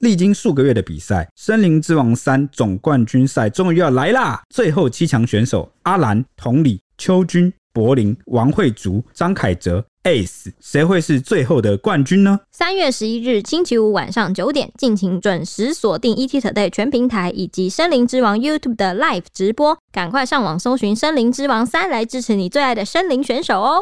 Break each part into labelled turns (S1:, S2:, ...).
S1: 历经数个月的比赛，《森林之王三》总冠军赛终于要来啦！最后七强选手阿兰、同理、邱军、柏林、王慧竹、张凯哲、Ace，谁会是最后的冠军呢？
S2: 三月十一日星期五晚上九点，敬请准时锁定 ET Today 全平台以及《森林之王》YouTube 的 Live 直播。赶快上网搜寻《森林之王三》来支持你最爱的森林选手哦！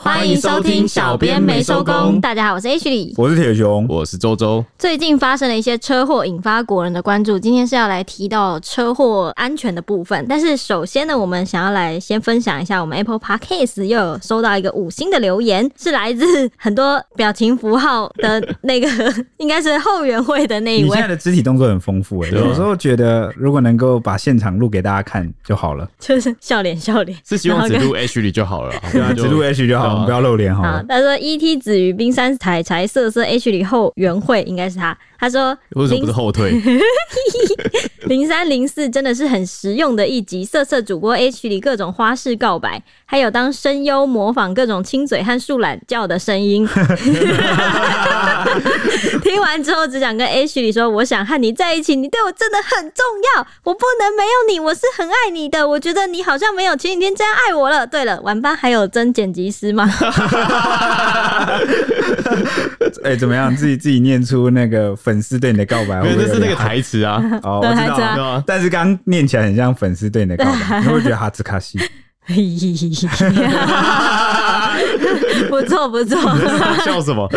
S1: 欢迎收听小编没收工
S2: 大家好，我是 H 李。
S1: 我是铁熊，
S3: 我是周周，
S2: 最近发生了一些车祸，引发国人的关注。今天是要来提到车祸安全的部分，但是首先呢，我们想要来先分享一下，我们 Apple Podcast 又有收到一个五星的留言，是来自很多表情符号的那个， 应该是后援会的那
S1: 你
S2: 一
S1: 现
S2: 位
S1: 在。的肢体动作很丰富哎、
S3: 对啊
S1: 有时候觉得如果能够把现场录给大家看就好了，
S2: 就是笑脸笑脸。
S3: 是希
S2: 然
S3: 望
S2: 后
S3: 只
S2: 跟
S3: 录 H 里就好了，
S1: 对啊，只录 H 就好，
S3: 对啊
S1: 我们不要露脸好
S2: 好
S1: 了，。
S2: 他说：“E.T. 子与冰山彩柴色色 H 里后援会应该是他。”他说：“
S3: 为什么不是后 退？
S2: 零三零四真的是很实用的一集，色色主播 H 里各种花式告白，还有当声优模仿各种亲嘴和树懒叫的声音。 听完之后，只想跟 H 里说，我想和你在一起，你对我真的很重要，我不能没有你，我是很爱你的。我觉得你好像没有前几天这样爱我了。对了，晚班还有真剪辑师吗？
S1: 哎、怎么样？自己自己念出那个粉丝对你的告白，
S3: 没
S1: 会
S3: 有，
S1: 不会
S3: 那是
S1: 有
S3: 那
S1: 点
S3: 个台词啊，
S1: 哦，我知
S2: 对啊
S1: 道
S3: 对 啊
S1: 了，但是刚念起来很像粉丝对你的告白，你会不会觉得哈兹卡 西。
S2: 不错不错。
S3: 笑什么？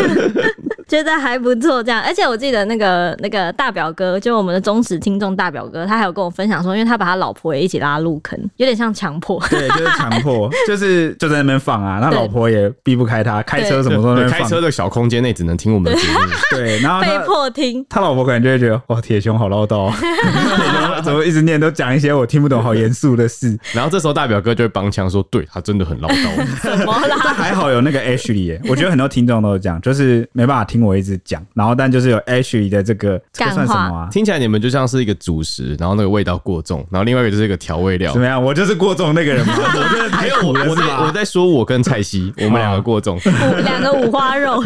S2: 觉得还不错，这样。而且我记得那个那个大表哥，就我们的忠实听众大表哥，他还有跟我分享说，因为他把他老婆也一起拉入坑，有点像强迫。
S1: 对，就是强迫，就是就在那边放啊，那
S2: 对
S1: 老婆也避不开他，开车什么时候那
S3: 对
S1: 边
S3: 开
S1: 放
S3: 车，的小空间内只能听我们的节目，
S1: 对，然后
S2: 被
S1: 他
S2: 迫听，
S1: 他老婆可能就会觉得，哇，铁熊好唠叨 哦，铁熊怎么一直念都讲一些我听不懂、好严肃的事。
S3: 然后这时候大表哥就会帮腔说：“对他真的很唠 叨，
S2: 怎么
S1: 但
S2: 啦？
S1: 还好有那个 H 里耶，我觉得很多听众都是这样，就是没办法听我一直讲，然后但就是有 H 里的这个这个
S2: 干
S1: 算什
S2: 话
S1: 么啊？
S3: 听起来你们就像是一个主食，然后那个味道过重，然后另外一个就是一个调味料
S1: 怎。”么样？我就是过重那个人 嘛，我真的
S3: 还
S1: 太
S3: 有
S1: 苦
S3: 我
S1: 了
S3: 我
S1: 是
S3: 在
S1: 吧？
S3: 我在说我跟蔡西，我们两个过重，
S2: 五两个五花肉，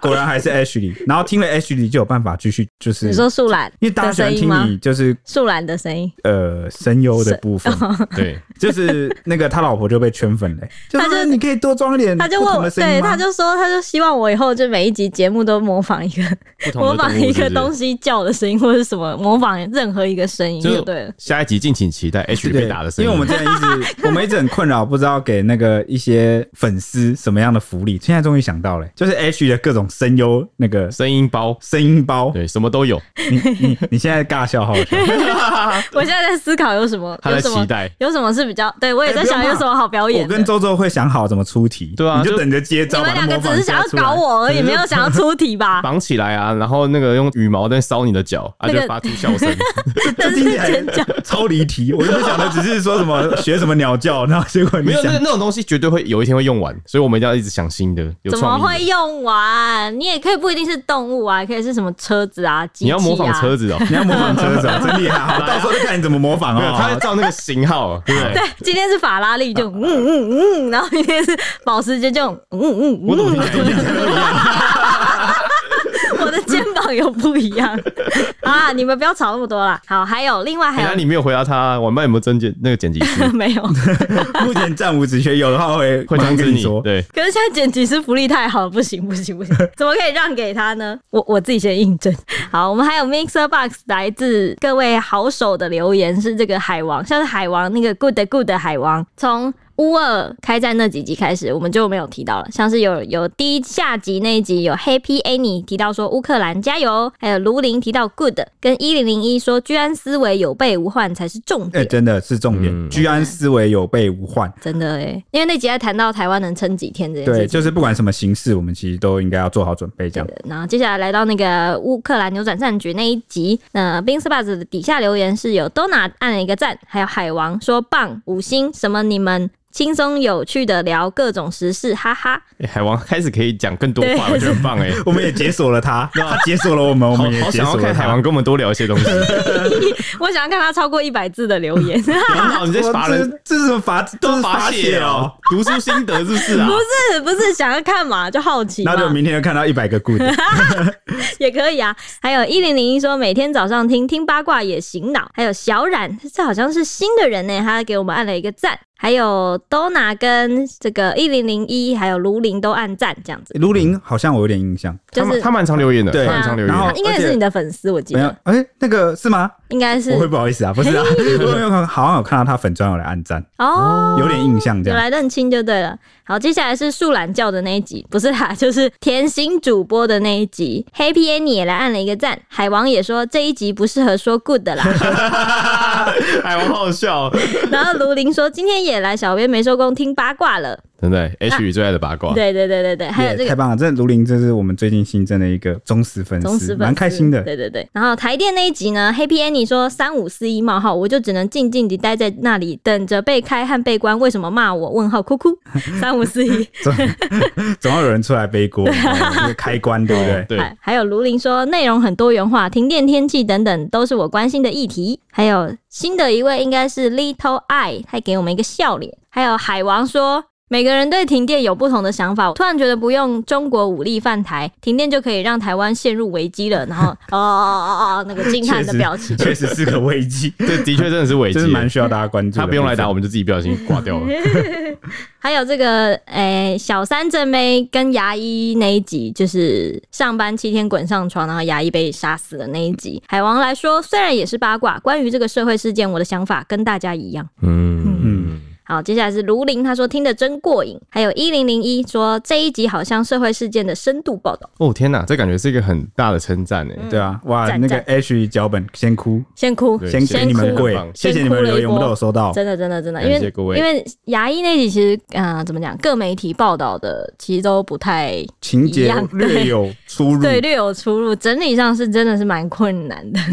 S1: 果然还是 H 里，然后听了 H 里就有办法继续，就是
S2: 你说树懒
S1: 因为大家
S2: 的
S1: 喜欢
S2: 声音
S1: 听
S2: 吗
S1: 你？就是
S2: 树懒的声音，
S1: 呃声优的部 分，
S3: 对，
S1: 就是那个他老婆就被圈粉嘞、就
S2: 他就是
S1: 你可以多装一点
S2: 他就
S1: 嗯不
S2: 问
S1: 同
S2: 我，
S1: 的声音
S2: 对，
S1: 吗
S2: 他就说，他就希望我以后就每一集节目都模仿一个，
S3: 不同
S2: 模
S3: 的动
S2: 仿
S3: 物
S2: 一
S3: 是
S2: 个
S3: 不
S2: 东
S3: 是？
S2: 西叫的声音，或者什么，模仿任何一个声音就
S3: 就
S2: 对了。
S3: 下一集敬请期待 H
S1: 对
S3: 被打的声音，
S1: 因为我们之前一直 我们一直很困扰，不知道给那个一些粉丝什么样的福利，现在终于想到嘞、就是 H 的各种声优那个
S3: 声音包，
S1: 声音包，
S3: 对，什么都有，
S1: 你你你现在尬笑好好 笑，
S2: 我现在在思考有什么，
S3: 他
S2: 有
S3: 在
S2: 什么
S3: 期待
S2: 有什么是比较？对我也
S1: 哎
S2: 在
S1: 不用
S2: 想有
S1: 怕
S2: 什么好表演
S1: 我
S2: 的。
S1: 跟周周会想好怎么出题，
S3: 对啊
S1: 你就
S3: 就
S1: 等着接
S2: 你
S1: 招，把
S2: 们
S1: 它
S2: 两个
S1: 模
S2: 只
S1: 仿
S2: 是
S1: 一下
S2: 想要
S1: 出来
S2: 搞我而已，
S3: 只是
S2: 没有想要出题吧？
S3: 绑起来啊，然后那个用羽毛在烧你的脚，啊，
S2: 那
S3: 就
S2: 个
S3: 发出笑 声，
S2: 但
S1: 这
S2: 是
S1: 听起来
S2: 尖叫，
S1: 超离题，我原本想的只是说什么学什么鸟叫，然后结果你
S3: 没有
S1: 想
S3: 那那种东西绝对会有一天会用完，所以我们一定要一直想新的，有
S2: 怎么
S3: 创意
S2: 会
S3: 的。
S2: 用完？你也可以不一定是动物啊，也可以是什么车子啊，机器啊
S3: 你要模仿车 子哦，
S1: 你要模仿车 手，真厉害！好，到时候就看你怎么模仿
S3: 没有，他
S1: 哦
S3: 会。照那个 型号，对不对？
S2: 对， 今天是法拉利
S3: 啊
S2: 就嗯嗯嗯，然后明天是保时捷就嗯嗯
S3: 我怎么
S2: 嗯，
S3: 听起来有点
S2: 我的肩膀有不一 样啊！你们不要吵那么多啦。好，还有另外还
S3: 原来
S2: 有
S3: 你没有回答他，晚班有没有增减那个剪辑 师
S2: 没有？
S1: 目前暂无止缺，有的话会
S3: 会
S1: 马上
S3: 通知
S1: 跟
S3: 你
S1: 说。？
S3: 对，
S2: 可是现在剪辑师福利太好了，不行不行不行，怎么可以让给他呢？我我自己先印证。好，我们还有 Mixer Box 来自各位好手的留言，是这个海王，像是海王那个 Good Good 的海王，从。乌二开战那几集开始，我们就没有提到了，像是有有第一下集那一集有 Happy Annie 提到说乌克兰加油，还有卢林提到 Good，跟一零零一说居安思危有备无患才是重
S1: 哎，
S2: 点，
S1: 真的是重点，
S3: 嗯
S1: 居安思危，有备无患。
S2: 真的哎、因为那集在谈到台湾能撑几天这件事
S1: 对，，
S2: 情
S1: 就是不管什么形式，我们其实都应该要做好准备。这样，
S2: 然后接下来来到那个乌克兰扭转战局那一集，那冰斯巴子的底下留言是有 Donna 按了一个赞，还有海王说棒五星，什么你们。轻松有趣的聊各种时事，哈哈。
S3: 哎海王开始可以讲更多话，
S2: 对
S3: 我觉得很棒哎、
S1: 我们也解锁了他，他解锁了我 们，我
S3: 好
S1: 们也
S3: 好
S1: 解
S3: 想要
S1: 锁了
S3: 看海
S1: 他
S3: 王。跟我们多聊一些 东西。
S2: 我想要看他超过一百字的留 言，不
S3: 哇你在
S1: 哇
S3: 罚
S1: 这
S3: 人，
S1: 这是什么罚？这是
S3: 罚
S1: 写
S3: 写
S1: 哦。
S3: 哦，读书心得是不是啊？
S2: 是不是想要看嘛，就好奇嘛
S1: 那，就明天就看到一百个 good。
S2: 也可以啊。还有一零零一说每天早上听听八卦也醒脑，还有小冉，这好像是新的人呢、他给我们按了一个赞。还有 Donna 跟这个一零零一，还有卢林都按赞，这样子
S1: 卢林好像我有点印象，
S2: 就
S3: 他蛮
S2: 是
S3: 他蛮常留言的，
S1: 对
S3: 他蛮常留
S1: 然后
S3: 言
S2: 他应该也
S1: 而且
S2: 是你的粉丝，我记
S1: 没有
S2: 得，
S1: 哎，那个是吗？
S2: 应该是
S1: 我会不好意思啊，不是啊，我有好像有看到他粉砖有来按赞，
S2: 哦，
S1: 有点印象这
S2: 有
S1: 样。
S2: 来认亲就对了。好，接下来是树懒教的那一集，不是啦，就是甜心主播的那一集。Happy Annie 也来按了一个赞，海王也说这一集不适合说 good 的啦。
S3: 的。海王好好笑哦，
S2: 然后卢林说今天也来，小编没收工听八卦了。
S3: 真的欸。H 宇最爱的八卦，
S2: 对对对对对，还有这
S1: 也太
S2: 个。
S1: 棒了！这卢林这是我们最近新增的一个忠实粉
S2: 忠实
S1: 丝，
S2: 粉丝
S1: 蛮开心的。
S2: 对对对。然后台电那一集呢，Happy Annie 说三五四一冒号，我就只能静静地待在那里，等着被开和被关。为什么骂我？问号哭哭。三五四一，
S1: 总 总要有人出来背锅，哦这个开关对不对？
S3: 对
S2: 还还有卢林说内容很多元化，停电、天气等等都是我关心的议题。还有新的一位应该是 Little I，他给我们一个笑脸。还有海王说。每个人对停电有不同的想法，我突然觉得不用中国武力犯台，停电就可以让台湾陷入危机了。然后，哦哦哦哦，那个惊叹的表情，
S1: 确实是个危机，
S3: 这的确真的是危机
S1: 真是，蛮需要大家关注的。
S3: 他不用来打，我，们就自己不小心挂掉了。
S2: 还有这个诶、小三正妹跟牙医那一集，就是上班七天滚上床，然后牙医被杀死的那一集。海王来说，虽然也是八卦，关于这个社会事件，我的想法跟大家一样。
S3: 嗯
S2: 好，接下来是卢林，他说听得真过瘾。还有一零零一说这一集好像社会事件的深度报道，
S3: 哦天哪，这感觉是一个很大的称赞
S2: 嗯
S3: 哎。
S1: 对啊，哇，
S2: 赞
S1: 那个
S2: 赞
S1: H 脚本先哭，
S2: 先哭，
S3: 对
S1: 先给你们
S2: 哭
S1: 跪，谢谢你们的留言，我们都有收到。
S2: 真的，真的，真的，因
S3: 感谢
S2: 为
S3: 各位
S2: 因为牙医那集其实，嗯、怎么讲，各媒体报道的其实都不太
S1: 情
S2: 一
S1: 节
S2: 样
S1: 略有出入。
S2: 对，略有出入，整理上是真的是蛮困难的。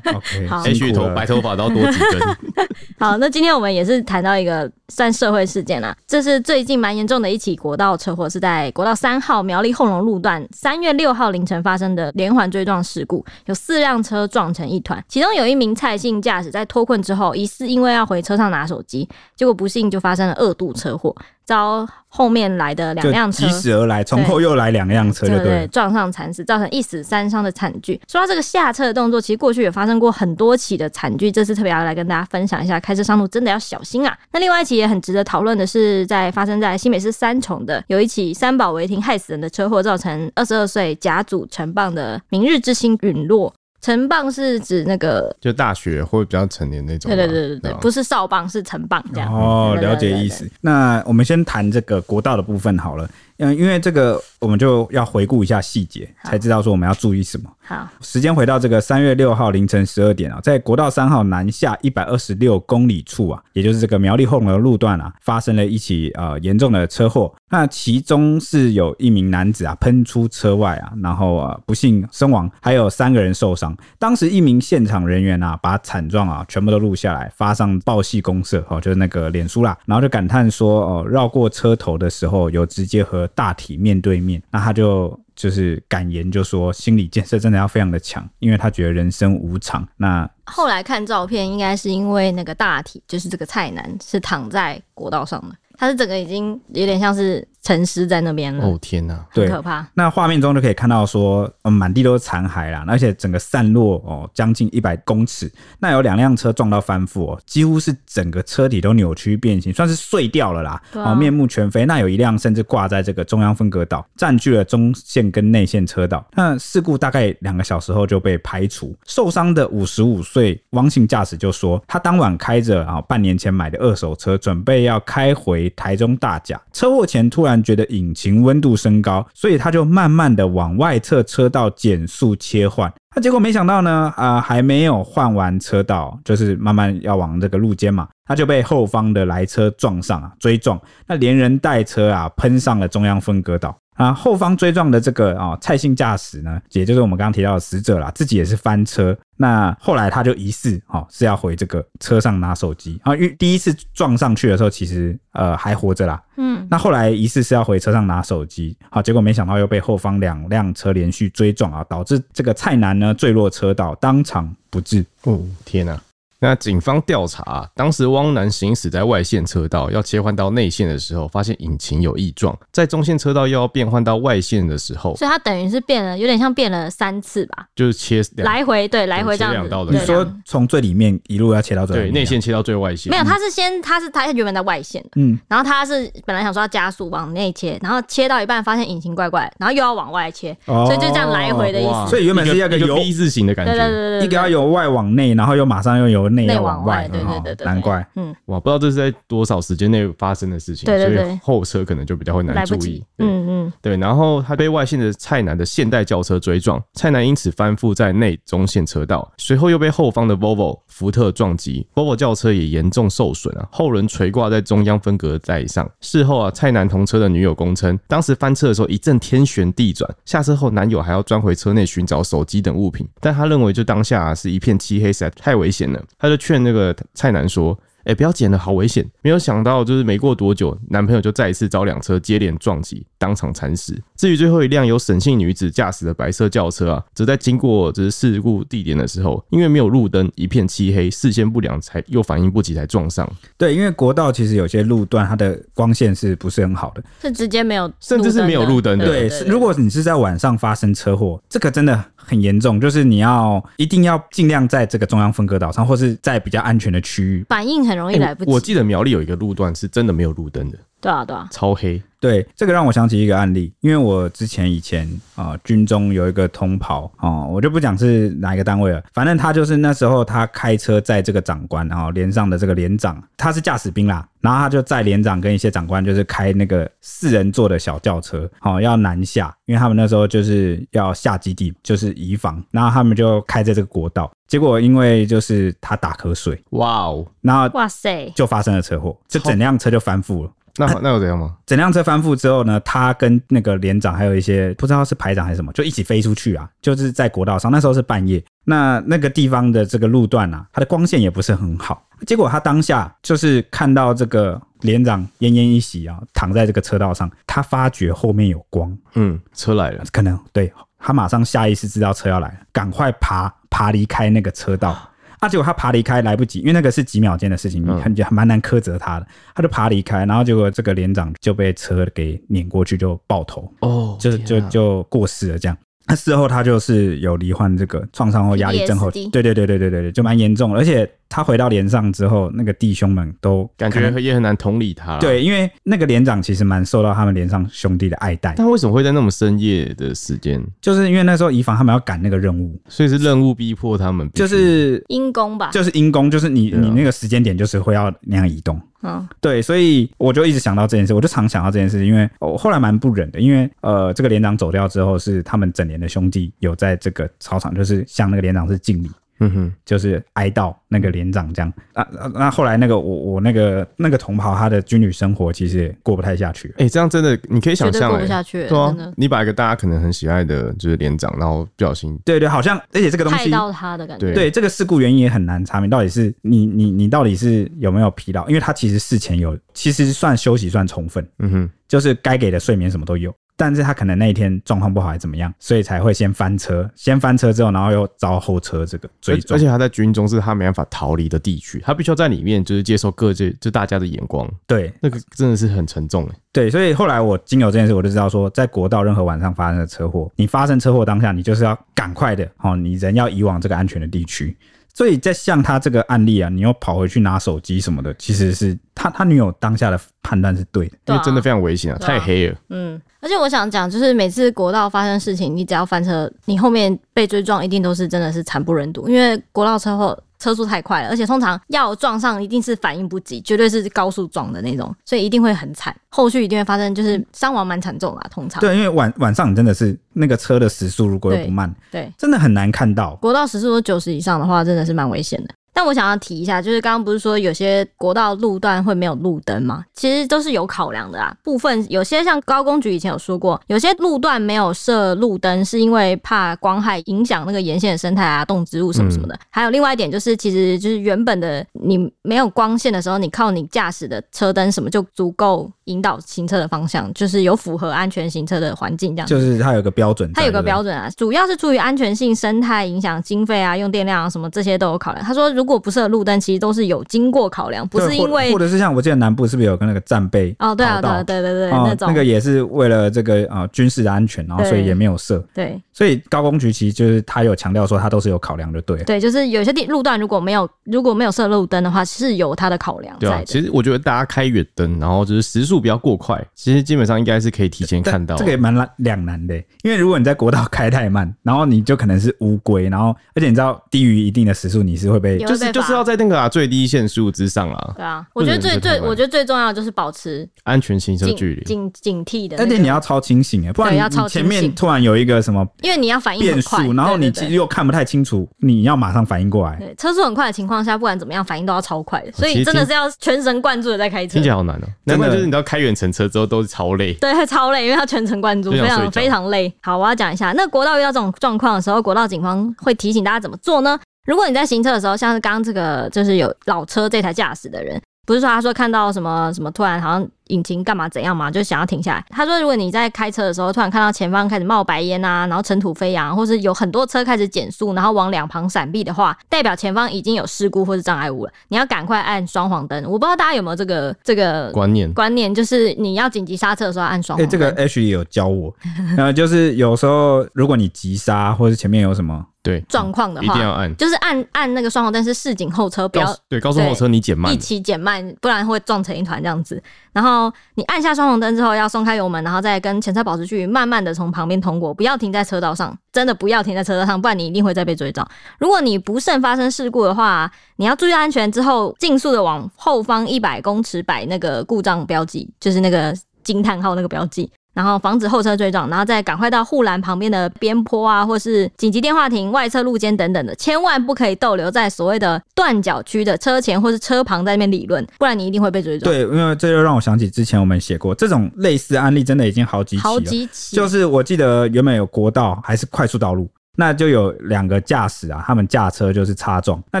S1: 对 OK，
S2: 好
S1: 辛苦
S3: H 头
S1: 了
S3: 白头发都要多几根，
S2: 好，那今天我们也是谈到一个算社会事件啦、这是最近蛮严重的一起国道车祸，是在国道三号苗栗后龙路段三月六号凌晨发生的连环追撞事故，有四辆车撞成一团，其中有一名蔡姓驾驶在脱困之后，疑似因为要回车上拿手机，结果不幸就发生了二度车祸，遭后面来的两辆
S1: 就
S2: 车
S1: 疾驶而来，从后又来两辆车，就
S2: 对
S1: 对了。
S2: 撞上惨死，造成一死三伤的惨剧。说到这个下车的动作，其实过去也发生过很多起的惨剧，这次特别要来跟大家分享一下，开车上路真的要小心啊。那另外一起也很值得讨论的是，在发生在新北市三重的有一起三宝违停害死人的车祸，造成二十二岁甲组城棒的明日之星陨落。城棒是指那个，
S3: 就大学或者比较成年那种啊
S2: 对
S3: 吧。
S2: 对对对对，
S3: 吧
S2: 不是少棒，是城棒这样。
S1: 哦，
S2: 对
S1: 了解意。思。那我们先谈这个国道的部分好了，嗯，因为这个我们就要回顾一下细节，
S2: 好
S1: 才知道说我们要注意什么。
S2: 对对对好，
S1: 时间回到这个三月六号凌晨十二点啊，在国道三号南下一百二十六公里处啊，也就是这个苗栗后龙的路段啊，发生了一起呃严重的车祸。那其中是有一名男子啊喷出车外啊，然后呃不幸身亡，还有三个人受伤。当时一名现场人员啊，把惨状啊全部都录下来，发上报系公社哦，就是那个脸书啦，然后就感叹说哦，绕过车头的时候有直接和大体面对面，那他就就是感言就说心理建设真的要非常的强，因为他觉得人生无常。那
S2: 后来看照片，应该是因为那个大体，就是这个蔡男是躺在国道上的，他是整个已经有点像是沉尸在那边了，
S3: 哦天哪，
S2: 很
S1: 对
S2: 可怕。
S1: 那画面中就可以看到说，嗯，满地都是残骸啦，而且整个散落哦，将近一百公尺。那有两辆车撞到翻覆哦，几乎是整个车体都扭曲变形，算是碎掉了啦，
S2: 对啊
S1: 哦，面目全非。那有一辆甚至挂在这个中央分隔岛，占据了中线跟内线车道。那事故大概两个小时后就被排除。受伤的五十五岁汪姓驾驶就说，他当晚开着啊、半年前买的二手车，准备要开回台中大甲，车祸前突然觉得引擎温度升高，所以他就慢慢的往外侧车道减速切换。那结果没想到呢，啊、还没有换完车道，就是慢慢要往这个路肩嘛，他就被后方的来车撞上啊，追撞，那连人带车啊喷上了中央分隔岛。啊，后方追撞的这个啊、哦、蔡姓驾驶呢，也就是我们刚刚提到的死者啦，自己也是翻车。那后来他就疑似哦是要回这个车上拿手机啊，因为第一次撞上去的时候，其实呃还活着啦。
S2: 嗯，
S3: 哦
S1: 那后来疑似是要回车上拿手机，好，结果没想到又被后方两辆车连续追撞啊，导致这个蔡男呢坠落车道，当场不治。
S3: 哦，天哪、那警方调查，当时汪楠行驶在外线车道，要切换到内线的时候，发现引擎有异状；在中线车道又要变换到外线的时候，
S2: 所以他等于是变了，有点像变了三次吧，
S3: 就是切两
S2: 来回对来回这样
S3: 切两道
S2: 子。
S3: 的
S1: 你
S2: 对
S3: 感觉
S1: 说从最里面一路要切到最
S3: 对
S1: 里面
S3: 内线切到最外线，
S2: 没有，他是先他是他原本在外线的，
S1: 嗯，
S2: 然后他是本来想说要加速往内切，然后切到一半发现引擎怪怪，然后又要往外切，
S1: 哦
S2: 所以就这样来回的意
S3: 哇
S2: 思。
S1: 所以原本是要
S3: 一个
S1: 个由
S3: V 字形的感
S2: 对对
S3: 觉。
S2: 对对
S1: 一个
S2: 对，
S1: 要由外往内，然后又马上又由内
S2: 内
S1: 要往
S2: 往
S1: 外，
S2: 对
S1: 嗯
S2: 对
S1: 哦
S2: 对对，
S1: 难怪。
S2: 嗯，
S3: 哇，不知道这是在多少时间内发生的事情，
S2: 对对对
S3: 所以后车可能就比较会难
S2: 来
S3: 注
S2: 不
S3: 意
S2: 及。，
S3: 对
S2: 嗯嗯，
S3: 对，然后他被外线的蔡南的现代轿车追撞，蔡南因此翻覆在内中线车道，随后又被后方的 Volvo 福特撞击，Volvo 轿车也严重受损啊，后轮垂挂在中央分隔带上。事后啊，蔡南同车的女友供称，当时翻车的时候一阵天旋地转，下车后男友还要钻回车内寻找手机等物品，但他认为就当下、啊、是一片漆黑，实在太危险了，他就劝那个蔡南说：“哎、不要剪了，好危险！没有想到，就是没过多久，男朋友就再一次遭两车接连撞击，当场惨死。至于最后一辆由沈姓女子驾驶的白色轿车啊，则在经过就是事故地点的时候，因为没有路灯，一片漆黑，视线不良才又反应不及才撞上，
S1: 对，因为国道其实有些路段它的光线是不是很好的？
S2: 是直接没有路灯的，
S3: 甚至是没有路灯的
S1: 对，是如果你是在晚上发生车祸，这个真的很严重，就是你要一定要尽量在这个中央分隔岛上，或是在比较安全的区域。
S2: 反应很容易
S3: 诶
S2: 哎来不
S3: 哎我我
S2: 及，
S3: 记得苗栗有一个路段是真的没有路灯的，
S2: 对啊对啊，
S3: 超黑。
S1: 对，这个让我想起一个案例，因为我之前以前啊、呃军中有一个通袍哦、我就不讲是哪一个单位了，反正他就是那时候他开车载这个长官啊、哦连上的这个连长，他是驾驶兵啦，然后他就载连长跟一些长官就是开那个四人座的小轿车，好、要南下，因为他们那时候就是要下基地，就是移防，然后他们就开在这个国道，结果因为就是他打瞌睡，
S3: 哇哦，
S1: 然后
S2: 哇塞，
S1: 就发生了车祸，就整辆车就翻覆了。
S3: 那那又怎样吗？
S1: 整辆车翻覆之后呢，他跟那个连长还有一些不知道是排长还是什么，就一起飞出去啊，就是在国道上。那时候是半夜，那那个地方的这个路段啊，它的光线也不是很好。结果他当下就是看到这个连长奄奄一息啊，躺在这个车道上，他发觉后面有光，
S3: 嗯，车来了，
S1: 可能对他马上下意识知道车要来了，赶快爬爬离开那个车道。啊！结果他爬离开来不及，因为那个是几秒间的事情，你
S3: 嗯
S1: 很蛮难苛责他的。他就爬离开，然后结果这个连长就被车给碾过去，就爆头，
S3: 哦
S1: 就
S2: 啊
S1: 就就过世了。这样，那事后他就是有罹患这个创伤后压力症候群，
S2: PTSD
S1: 对对对对对对对，就蛮严重的。而且他回到连上之后，那个弟兄们都
S3: 感
S1: 可
S3: 觉
S1: 能
S3: 也很难同理他。，
S1: 对，因为那个连长其实蛮受到他们连上兄弟的爱戴，
S3: 但为什么会在那么深夜的时间？
S1: 就是因为那时候以防他们要赶那个任务，
S3: 所以是任务逼迫他们必须，
S1: 就是
S2: 因公吧，
S1: 就是因公，就是你、
S3: 对啊
S1: 你那个时间点就是会要那样移动。
S2: 嗯，
S1: 对，所以我就一直想到这件事，我就常想到这件事，因为我后来蛮不忍的，因为呃，这个连长走掉之后，是他们整年的兄弟有在这个操场，就是向那个连长是敬礼，
S3: 嗯哼，
S1: 就是哀悼那个连长这样。那、那那后来那个我我那个那个同袍，他的军旅生活其实也过不太下去了。
S3: 哎、这样真的，你可以
S2: 绝
S3: 想
S2: 对
S3: 象、
S2: 过不
S3: 欸，
S2: 下去，
S3: 对
S2: 真的
S3: 啊，你把一个大家可能很喜爱的，就是连长，然后不小心，
S1: 对对，好像而且这个东
S2: 害
S1: 西。
S2: 到他的感觉，
S3: 对
S1: 对这个事故原因也很难查明，到底是你你你到底是有没有疲劳？因为他其实事前有，其实算休息算充分，
S3: 嗯哼，
S1: 就是该给的睡眠什么都有，但是他可能那一天状况不好还怎么样，所以才会先翻车，先翻车之后，然后又遭后车这个追
S3: 而
S1: 撞。
S3: 而且他在军中是他没办法逃离的地区，他必须要在里面就是接受各界就大家的眼光，
S1: 对
S3: 那个真的是很沉重哎、
S1: 对，所以后来我经由这件事，我就知道说，在国道任何晚上发生的车祸，你发生车祸当下，你就是要赶快的哦，你人要移往这个安全的地区。所以在像他这个案例啊，你又跑回去拿手机什么的，其实是他他女友当下的判断是对的。
S2: 对
S3: 因
S2: 啊
S3: 为真的非常危险啊，
S2: 对啊
S3: 太黑了，
S2: 嗯，而且我想讲，就是每次国道发生事情，你只要翻车，你后面被追撞，一定都是真的是惨不忍睹，因为国道车祸。车速太快了，而且通常要撞上一定是反应不及，绝对是高速撞的那种，所以一定会很惨。后续一定会发生，
S3: 嗯
S2: 就是伤亡蛮惨重啦，通常
S1: 对，因为晚晚上你真的是那个车的时速如果又不慢，
S2: 对
S1: 真的很难看到。
S2: 国道时速九十以上的话，真的是蛮危险的。但我想要提一下，就是刚刚不是说有些国道路段会没有路灯吗？其实都是有考量的啊。部分有些像高工局以前有说过，有些路段没有设路灯，是因为怕光害影响那个沿线的生态啊、动植物什么什么的。还有另外一点就是，其实就是原本的你没有光线的时候，你靠你驾驶的车灯什么就足够引导行车的方向，就是有符合安全行车的环境这样子。
S1: 就是它有个标准在，
S2: 它有个标
S1: 准，
S2: 准啊，主要是出于安全性、生态影响、经费啊、用电量啊什么这些都有考量。他说，如果不设路灯，其实都是有经过考量，不
S1: 对
S2: 是因
S1: 或
S2: 为
S1: 或者是像我记得南部是不是有个那个战备
S2: 哦，对啊，
S1: 跑道
S2: 对啊对对对，
S1: 哦
S2: 那种
S1: 个也是为了这个呃军事的安全，然后所以
S2: 对
S1: 也没有设，
S2: 对
S1: 所以高工局其实就是他有强调说他都是有考量就对了。
S2: 对，就是有些地路段如果没有如果没有设路灯的话，是有它的考量
S3: 对啊
S2: 在，的。
S3: 其实我觉得大家开远灯，然后就是时速不要过快，其实基本上应该是可以提前
S1: 但
S3: 看到啊
S1: 这个也蛮难两难的，因为如果你在国道开太慢，然后你就可能是乌龟，然后而且你知道低于一定的时速你是会被
S2: 有
S3: 就
S2: 会
S3: 是
S2: 被
S3: 就是
S2: 罚
S3: 要在那个啊最低限速之上啊，
S2: 对啊，我觉得最
S3: 不能
S2: 最
S3: 太慢
S2: 我觉得最重要的就是保持
S3: 安全行车
S2: 警
S3: 距离。
S2: 警警惕的那
S1: 而
S2: 个，
S1: 且你要超清醒哎，不然
S2: 对
S1: 你
S2: 要超
S1: 你前
S2: 清
S1: 面
S2: 醒
S1: 突然有一个什么
S2: 因为你要反应
S1: 变
S2: 很快，
S1: 数，然后
S2: 对
S1: 你
S2: 对对
S1: 又看不太清楚，你要马上反应过来。
S2: 对车速很快的情况下，不管怎么样反应都要超快的，所
S3: 其
S2: 以
S3: 实
S2: 真的
S3: 听
S2: 是要全神贯注的在开车
S3: 听起。来好难哦、难怪就是你知道开远程车之后都是超累，
S2: 对，会超累，因为他全程贯注，
S3: 就
S2: 非
S3: 想睡
S2: 常
S3: 着
S2: 非常累。好，我要讲一下，那国道遇到这种状况的时候，国道警方会提醒大家怎么做呢？如果你在行车的时候，像是刚刚这个就是有老车这台驾驶的人，不是说他说看到什么什么突然好像引擎干嘛怎样嘛，就想要停下来。他说，如果你在开车的时候突然看到前方开始冒白烟啊，然后尘土飞扬，或是有很多车开始减速，然后往两旁闪避的话，代表前方已经有事故或是障碍物了，你要赶快按双黄灯。我不知道大家有没有这个这个
S3: 观念
S2: 观念，就是你要紧急刹车的时候要按双
S1: 哎、
S2: 黄
S1: 这
S2: 灯。
S1: 个 H 也有教我， 呃，就是有时候如果你急刹或者前面有什么，
S3: 对，
S2: 状况的
S3: 一定要
S2: 话，
S3: 按。
S2: 就是按按那个双黄灯是示警后车，不
S3: 高
S2: 要
S3: 速对高速
S2: 对
S3: 后车你减慢
S2: 一
S3: 了，
S2: 起减慢，不然会撞成一团这样子。然后你按下双黄灯之后，要松开油门，然后再跟前车保持距离，慢慢的从旁边通过，不要停在车道上，真的不要停在车道上，不然你一定会再被追撞。如果你不慎发生事故的话，你要注意安全之后，尽速的往后方一百公尺摆那个故障标记，就是那个惊叹号那个标记。然后防止后车追撞，然后再赶快到护栏旁边的边坡啊，或是紧急电话亭、外侧路肩等等的，千万不可以逗留在所谓的断角区的车前或是车旁在那边理论，不然你一定会被追撞。
S1: 对，因为这就让我想起之前我们写过这种类似案例，真的已经好几起
S2: 好
S3: 啊
S1: 了。
S2: 几起，
S1: 就是我记得原本有国道还是快速道路，那就有两个驾驶啊，他们驾车就是擦撞，那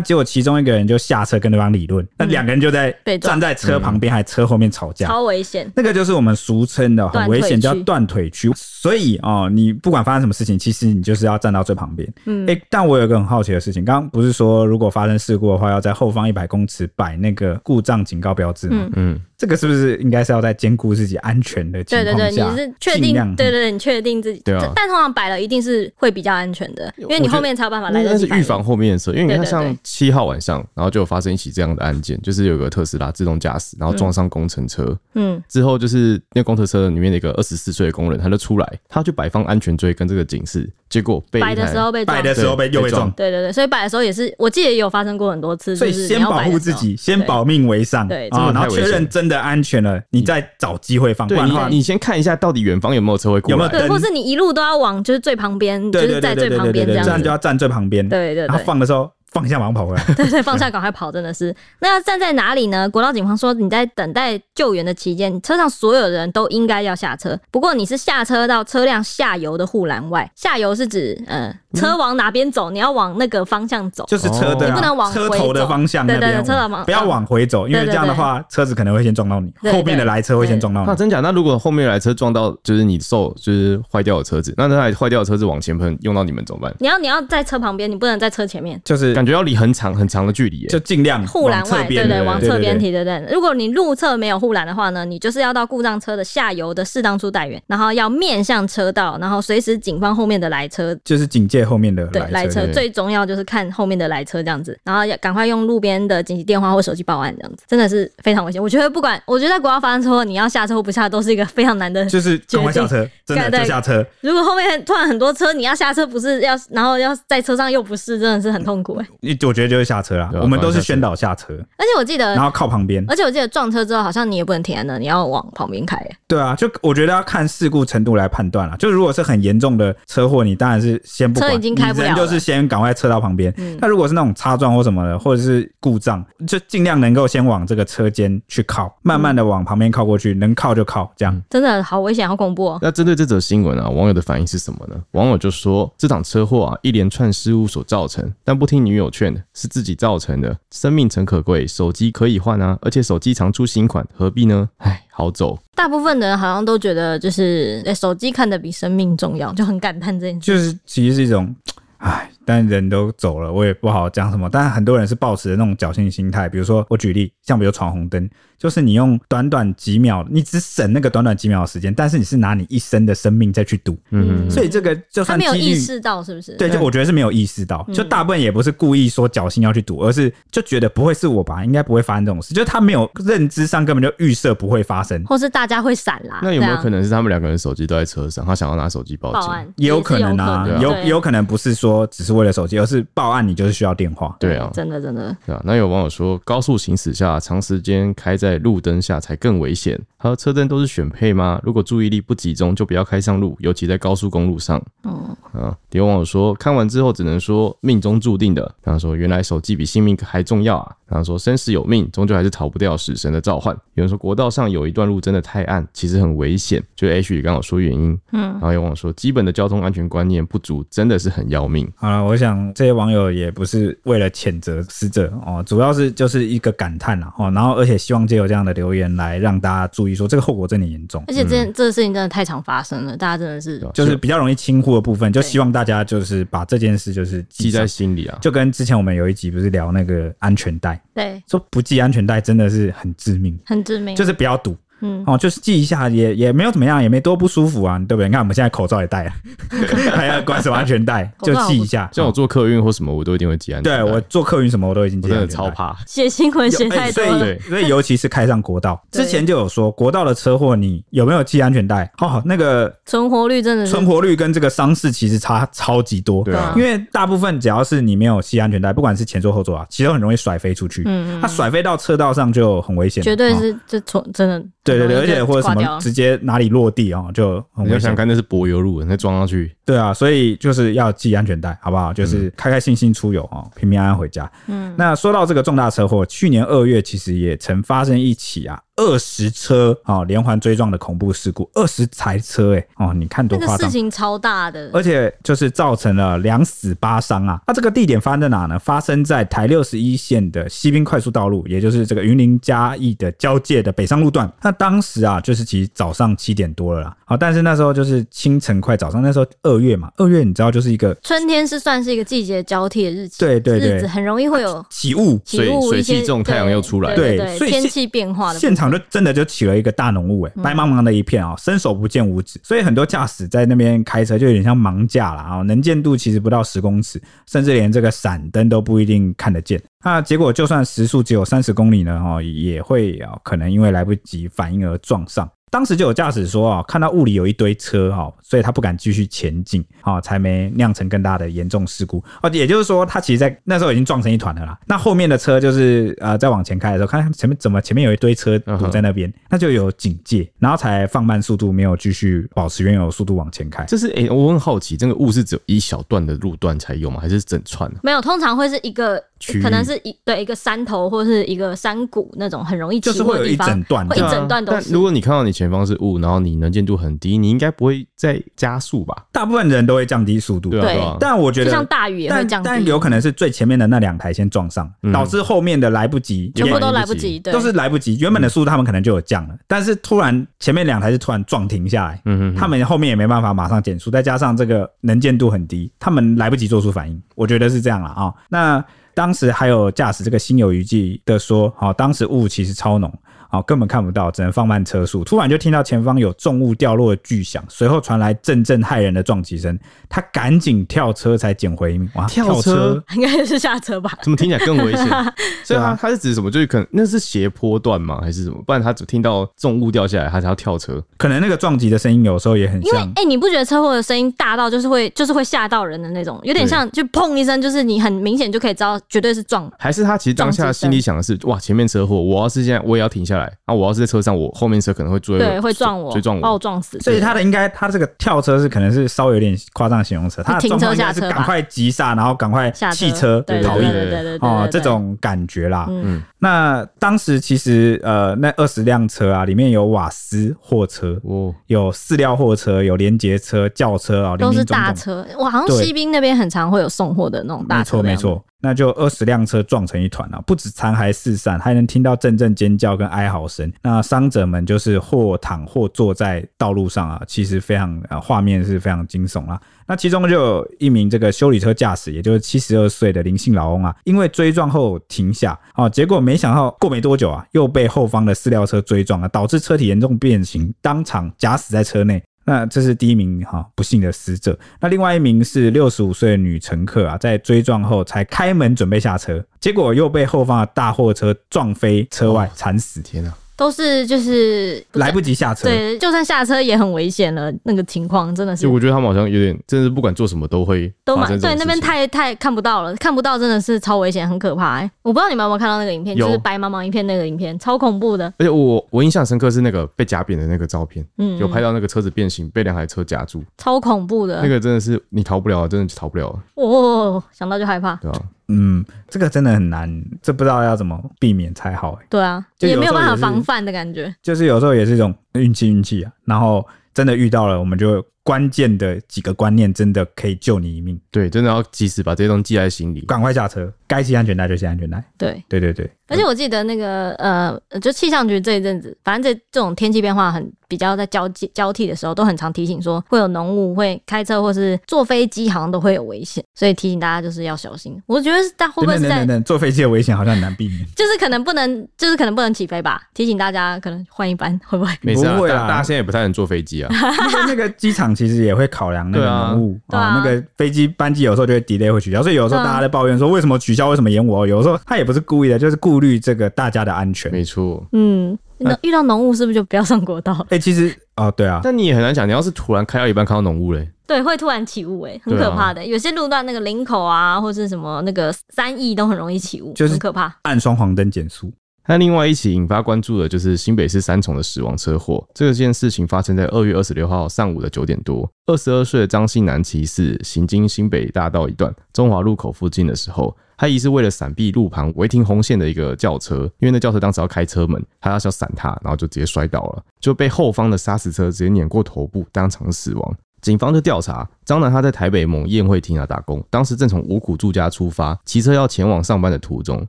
S1: 结果其中一个人就下车跟对方理论，那两个人就在
S2: 嗯被撞
S1: 站
S2: 嗯
S1: 在车旁边还车后面吵架，
S2: 超危险。
S1: 那个就是我们俗称的很
S2: 断
S1: 危
S2: 腿
S1: 险，叫
S2: 区
S1: 断腿区。所以哦，你不管发生什么事情，其实你就是要站到最旁边。
S2: 嗯
S1: 诶，但我有一个很好奇的事情，刚刚不是说如果发生事故的话，要在后方一百公尺摆那个故障警告标志吗？
S2: 嗯
S3: 嗯，
S1: 这个是不是应该是要在兼顾自己安全的情
S2: 对对
S1: 况下，
S2: 对，你是确
S1: 尽
S2: 定？
S1: 量
S2: 对对对，你确定自己。
S3: 对啊
S2: 但通常摆了一定是会比较安全的，因为
S3: 我
S2: 你
S3: 觉得
S2: 后面才有办法来
S3: 那
S2: 得
S3: 是
S2: 及反
S3: 预
S2: 应。
S3: 防后面的车，因为你看
S2: 对对
S3: 像
S2: 对
S3: 七号晚上，然后就有发生一起这样的案件，就是有个特斯拉自动驾驶，然后撞上工程车，
S2: 嗯，
S3: 之后就是那工程车里面的一个二十四岁的工人，他就出来，他去摆放安全锥跟这个警示，结果被一
S2: 摆的
S3: 台
S2: 时候被撞
S1: 摆。的时候被
S3: 对
S1: 又被
S3: 被撞
S1: 撞，
S2: 对对对，所以摆的时候也是，我记得也有发生过很多次，
S1: 所以
S2: 就是
S1: 先
S2: 你要
S1: 保
S2: 摆的
S1: 护
S2: 时
S1: 自
S2: 候
S1: 己，先
S2: 对
S1: 保命为上。
S2: 对
S1: 啊
S3: 真的
S1: 然后
S3: 太危
S1: 确认
S3: 险
S1: 真的安全了，你再找机会放，不
S3: 对
S1: 然的话
S3: 你，你先看一下到底远方有没有车会过
S1: 有没有
S3: 来，
S2: 对，
S1: 灯
S2: 或是你一路都要往就是最旁边，就
S1: 对对对
S2: 是在
S1: 对
S2: 最
S1: 对
S2: 旁
S1: 对
S2: 边
S1: 对，这
S2: 样
S1: 样
S2: 子
S1: 就。要站最旁边。
S2: 对对
S1: 然后
S2: 对，
S1: 放的时候放一下，马上跑回来。
S2: 对对，放下赶快跑，真的是。那要站在哪里呢？国道警方说，你在等待救援的期间，车上所有人都应该要下车。不过你是下车到车辆下游的护栏外，下游是指呃车往哪边走，你要往那个方向走。
S1: 嗯就是车的、
S3: 哦你不
S2: 能往回
S1: 车头的方向那边，
S2: 对对对车头往
S1: 不要往回走，因为
S2: 对对
S1: 这样的话，车子可能会先撞到你，
S2: 对对
S1: 后面的来车会先撞到
S3: 那
S1: 你。
S3: 真假？那如果后面来车撞到，就是你受就是坏掉的车子，那那台坏掉的车子往前喷，用到你们怎么办？
S2: 你要你要在车旁边，你不能在车前面。
S1: 就是
S3: 感觉要离很长很长的距离耶、
S1: 就尽量
S2: 护栏
S1: 往侧
S2: 外，对
S1: 边
S2: 对，往侧边。
S1: 对对
S2: 提，对对。如果你路侧没有护栏的话呢，你就是要到故障车的下游的适当处待远，然后要面向车道，然后随时警方后面的来车
S1: 就是警戒后面的
S2: 对，来
S1: 车
S2: 车
S3: 对
S2: 最重要就是看后面的来车这样子，然后要赶快用路边的紧急电话或手机报案，这样子真的是非常危险。我觉得不管，我觉得在国外发生车祸，你要下车或不下都是一个非常难的。
S1: 就是赶快下车，真的
S2: 对
S1: 就下车。
S2: 如果后面突然很多车，你要下车不是要，然后要在车上又不是，真的是很痛苦哎、
S1: 你我觉得就是下车啦。
S3: 对啊
S1: 我们都是宣导下车，
S2: 而且我记得
S1: 然，后靠旁边。
S2: 而且我记得撞车之后好像你也不能停在那，你要往旁边开。欸
S1: 对啊，就我觉得要看事故程度来判断啦。就如果是很严重的车祸，你当然是先不管，
S2: 车已经开不了
S1: 你人就是先赶快车到旁边。
S2: 嗯
S1: 那如果是那种擦撞或什么的，或者是故障，就尽量能够先往这个车间去
S2: 嗯
S1: 靠，慢慢的往旁边靠过去，能靠就靠，这样。
S2: 真的好危险，好恐怖哦！
S3: 那针对这则新闻啊，网友的反应是什么呢？网友就说这场车祸啊，一连串失误所造成，但不听女友劝，是自己造成的。生命诚可贵，手机可以换啊，而且手机常出新款，何必呢？唉，好走。
S2: 大部分的人好像都觉得，就是、诶手机看得比生命重要，就很感叹这件事。
S1: 就是其实是一种，唉，但人都走了，我也不好讲什么。但很多人是抱持着那种侥幸心态，比如说我举例，像比如闯红灯，就是你用短短几秒，你只省那个短短几秒的时间，但是你是拿你一生的生命再去赌，
S3: 嗯
S2: 嗯
S1: 所以这个就
S2: 他
S1: 算
S2: 没有
S1: 几率
S2: 意识嗯到是不是？
S1: 对，就我觉得是没有意识到，就大部分也不是故意说侥幸要去赌，而是就觉得不会是我吧，应该不会发生这种
S2: 嗯
S1: 事，就是他没有认知上根本就预设不会发生，
S2: 或是大家会闪啦。
S3: 那有没有
S2: 这样
S3: 可能是他们两个人手机都在车上，他想要拿手机报
S2: 啊报
S3: 警？
S2: 案？
S1: 也有可
S2: 是
S1: 能啊，
S2: 可能
S1: 有
S2: 对
S1: 也有可能不是说只是为了手机，而是报案你就是需要电话，
S3: 对啊，
S2: 真的真的，
S3: 对啊。那有网友说，高速行驶下，长时间开在路灯下才更危险。他说车灯都是选配吗？如果注意力不集中，就不要开上路，尤其在高速公路上。
S2: 嗯，
S3: 啊，有网友说看完之后只能说命中注定的。然后说原来手机比性命还重要啊。然后说生死有命，终究还是逃不掉死神的召唤。有人说国道上有一段路真的太暗，其实很危险。就是 H 也刚好说原因，嗯，然后有网友说基本的交通安全观念不足，真的是很要命。
S1: 好了，我想这些网友也不是为了谴责死者哦，主要是就是一个感叹啦哦，然后而且希望借由这样的留言来让大家注意说这个后果真的严重，
S2: 而且这、这个事情真的太常发生了，大家真的是
S3: 对啊吧
S1: 就是比较容易轻忽的部分，就希望大家就是把这件事就是
S3: 记在
S1: 上
S3: 心里啊。
S1: 就跟之前我们有一集不是聊那个安全带，
S2: 对
S1: 说不系安全带真的是很致命，
S2: 很致命，
S1: 就是不要赌。
S2: 嗯
S1: 哦，就是系一下也也没有怎么样，也没多不舒服啊，对不对？你看我们现在口罩也 戴了，啊还要管什么安全带，
S2: 口
S1: 就
S2: 罩好不
S1: 系一下。
S3: 像我做客运或什么，我都一定会记安全
S1: 对
S3: 带
S1: 我做客运什么我都已经
S3: 我
S1: 系
S3: 真的
S1: 安全带
S3: 超怕。
S2: 写新闻
S1: 有
S2: 写
S1: 哎
S2: 太多
S1: 所以
S2: 了，
S3: 对
S1: 所以尤其是开上国道，
S2: 对
S1: 之前就有说国道的车祸，你有没有系安全带？哦，那个
S2: 存活率真的是
S1: 存活率跟这个伤势其实差超级多。
S3: 对啊
S1: 因，为大部分只要是你没有系安全带，不管是前座后座啊，其实都很容易甩飞出去。
S2: 嗯嗯
S1: 它甩飞到车道上就很危
S3: 嗯
S1: 险了，
S2: 绝对
S1: 哦
S2: 是就从真的
S1: 对对对，而
S2: 很容易就
S1: 且或者什
S2: 挂掉
S1: 么
S2: 了
S1: 直接哪里落地啊、哦，就很
S3: 你
S1: 危
S3: 要想
S1: 险。
S3: 看那是柏油路，那撞上去，
S1: 对啊，所以就是要系安全带，好不好？就是
S3: 嗯
S1: 开开心心出游哦，平平安安回家。
S2: 嗯
S1: 那说到这个重大车祸，去年二月其实也曾发生一起啊二十车啊、哦、连环追撞的恐怖事故，二十台车哎、哦，你看多
S2: 那
S1: 夸
S2: 个事
S1: 张。
S2: 情超大的，
S1: 而且就是造成了两死八伤啊！那、这个地点发生在哪呢？发生在台六十一线的西滨快速道路，也就是这个云林嘉义的交界的北上路段。那当时啊，就是其实早上七点多了啦，好，但是那时候就是清晨快早上，那时候二月嘛，二月你知道就是一个
S2: 春天是算是一个季节交替的日期，
S1: 对对对
S2: 日子很容易会有
S1: 起雾，
S2: 起雾，
S3: 水
S2: 一些
S3: 水汽重
S2: 对
S3: 太阳又出来
S2: 对
S1: 对
S2: 对
S1: 所以
S2: 天
S1: 现
S2: 气变化的部分
S1: 现场就真的就起了一个大浓雾，
S2: 嗯
S1: 哎，白茫茫的一片啊、伸手不见五指，所以很多驾驶在那边开车就有点像盲驾啦啊、能见度其实不到十公尺，甚至连这个闪灯都不一定看得见。那结果就算时速只有三十公里呢，哦，也会啊、可能因为来不及反应而撞上。当时就有驾驶说啊，看到雾里有一堆车哈，所以他不敢继续前进啊，才没酿成更大的严重事故啊。也就是说，他其实在那时候已经撞成一团了啦。那后面的车就是呃，在往前开的时候，看前面怎么前面有一堆车堵在那
S3: 嗯
S1: 边，那就有警戒，然后才放慢速度，没有继续保持原有的速度往前开。
S3: 这是诶、我很好奇，这个雾是只有一小段的路段才有吗？还是整串呢、
S2: 没有，通常会是一个
S3: 区域
S2: 可能是一对一个山头或是一个山谷那种很容易起
S1: 就是
S2: 雾
S1: 会有
S2: 的
S1: 一
S2: 地方，
S1: 整段
S2: 会一
S1: 这样
S2: 整段都
S3: 但
S2: 是
S3: 如。果你看到你前方是雾，然后你能见度很低，你应该不会再加速吧？
S1: 大部分人都会降低速度，
S3: 对啊，
S2: 对
S3: 对啊。
S1: 但我觉
S2: 就
S1: 得
S2: 像大雨也会
S1: 但
S2: 降低，
S1: 但有可能是最前面的那两台先撞上，
S3: 嗯
S1: 导致后面的来不及，
S2: 全部都来
S3: 来
S2: 不
S3: 不
S2: 及，
S3: 及
S2: 对，
S1: 都是来不及，原本的速度他们可能就有降了，但是突然前面两台是突然撞停下来，
S3: 嗯哼
S1: 他们后面也没办法马上减速，再加上这个能见度很低，他们来不及做出反应，我觉得是这样了啊、哦那当时还有驾驶这个心有余悸的说，好、当时雾其实超浓。哦，根本看不到，只能放慢车速。突然就听到前方有重物掉落的巨响，随后传来阵阵骇人的撞击声。他赶紧跳车才捡回命。哇，
S3: 跳
S1: 跳
S3: 车
S2: 应该是下车吧。
S3: 怎么听起来更 危险？所以
S1: 对
S3: 它
S1: 啊
S3: 它是指什么？就是可能那是斜坡段吗？还是什么？不然他只听到重物掉下来，他才要跳车。
S1: 可能那个撞击的声音有时候也很
S2: 因为
S1: 像
S2: 哎、你不觉得车祸的声音大到就是会就是会吓到人的那种，有点像就砰一声，就是你很明显就可以知道绝对是撞。
S3: 还是他其实当下心里想的是：哇，前面车祸，我要是现在我也要停下来啊！我要是在车上，我后面车可能会追，
S2: 对，会撞我，哦
S3: 追撞
S2: 把我
S3: 我。
S2: 撞死。
S1: 所以他的应该，他这个跳车是可能是稍微有点夸张的形容词，他的
S2: 停车
S1: 状况应该是
S2: 下车吧
S1: 赶快急刹，然后赶快
S2: 下
S1: 弃车
S2: 对
S1: 逃
S2: 对
S1: 逸
S2: 对对对对对
S1: 哦，这
S2: 对
S1: 种感觉啦。
S2: 嗯
S1: 嗯，那当时其实呃，那二十辆车啊，里面有瓦斯货车，
S3: 哦，
S1: 有饲料货车，有连结车、轿车啊，
S2: 都
S1: 林
S2: 是
S1: 林总
S2: 大
S1: 总
S2: 车，我好像
S1: 对
S2: 西滨那边很常会有送货的那种大
S1: 没
S2: 车
S1: 错
S2: 的
S1: 没
S2: 样子，
S1: 错，那就二十辆车撞成一团啊，不止残骸四散，还能听到阵阵尖叫跟哀嚎声。那伤者们就是或躺或坐在道路上啊，其实非常呃画面是非常惊悚啊。那其中就有一名这个修理车驾驶，也就是七十二岁的林姓老翁啊，因为追撞后停下，哦，结果没想到过没多久啊，又被后方的饲料车追撞啊，导致车体严重变形，当场假死在车内。那这是第一名哈、不幸的死者。那另外一名是六十五岁的女乘客啊，在追撞后才开门准备下车，结果又被后方的大货车撞飞车外惨死，
S3: 天哪！
S2: 都是就是
S1: 来不及下车。
S2: 对，就算下车也很危险了，那个情况真的是
S3: 就我觉得他们好像有点，真的是不管做什么都会
S2: 都
S3: 发
S2: 蛮
S3: 生这种
S2: 对，那边
S3: 事情
S2: 太太看不到了，看不到真的是超危险，很可怕、欸。我不知道你们有没有看到那个影片，
S3: 有
S2: 就是白茫茫一片那个影片，超恐怖的。
S3: 而且我我印象深刻是那个被夹扁的那个照片，
S2: 嗯，
S3: 有拍到那个车子变形，被两台车夹住，
S2: 超恐怖的。
S3: 那个真的是你逃不了，真的是逃不了，
S2: 哦，想到就害怕。
S3: 对吧、
S1: 嗯，这个真的很难，这不知道要怎么避免才好、欸。
S2: 对啊，
S1: 就
S2: 也
S1: 有
S2: 没有
S1: 时候
S2: 办法
S1: 也是
S2: 防范的感觉。
S1: 就是有时候也是一种运气，运气啊。然后真的遇到了，我们就关键的几个观念真的可以救你一命，
S3: 对，真的要及时把这些东西记在心
S2: 啊
S3: 里。
S1: 赶快下车，该系安全带就系安全带。
S2: 对，
S1: 对对对，
S2: 而且我记得那个呃，就气象局这一阵子，反正这这种天气变化很比较在交替交替的时候，都很常提醒说会有浓雾，会开车或是坐飞机好像都会有危险，所以提醒大家就是要小心。我觉得是大
S1: 等
S2: 会不会
S1: 等
S2: 是
S1: 等
S2: 在
S1: 等等，坐飞机的危险好像很难避免。
S2: 就是可能不能，就是可能不能起飞吧？提醒大家，可能换一班会不会？
S3: 没事啊，
S1: 不会
S3: 大
S1: 啦
S3: 大家现在也不太能坐飞机啊，
S1: 因为那个机场其实也会考量那个
S3: 对啊
S1: 浓雾，
S2: 对
S1: 哦
S2: 啊
S1: 那个飞机班机有时候就会 delay 会取消，所以有时候大家在抱怨说为什么取消，为什么延误哦，有时候他也不是故意的，就是顾虑这个大家的安全。
S3: 没错。
S2: 嗯，
S1: 啊
S2: 那遇到浓雾是不是就不要上国道了？
S1: 哎、其实哦，对啊，
S3: 但你也很难讲，你要是突然开到一半看到浓雾嘞，
S2: 对，会突然起雾、欸，很
S3: 对啊
S2: 可怕的。有些路段那个林口啊，或是什么那个三义都很容易起雾，
S1: 就是
S2: 很可怕。
S1: 按双黄灯减速，
S3: 那另外一起引发关注的就是新北市三重的死亡车祸。这件事情发生在二月二十六号上午的九点多，二十二岁的张姓男骑士行经新北大道一段中华路口附近的时候，他疑似为了闪避路旁违停红线的一个轿车，因为那轿车当时要开车门，他要想闪他，然后就直接摔倒了，就被后方的砂石车直接碾过头部，当场死亡。警方就调查张楠，他在台北某宴会厅啊打工，当时正从五股住家出发，骑车要前往上班的途中，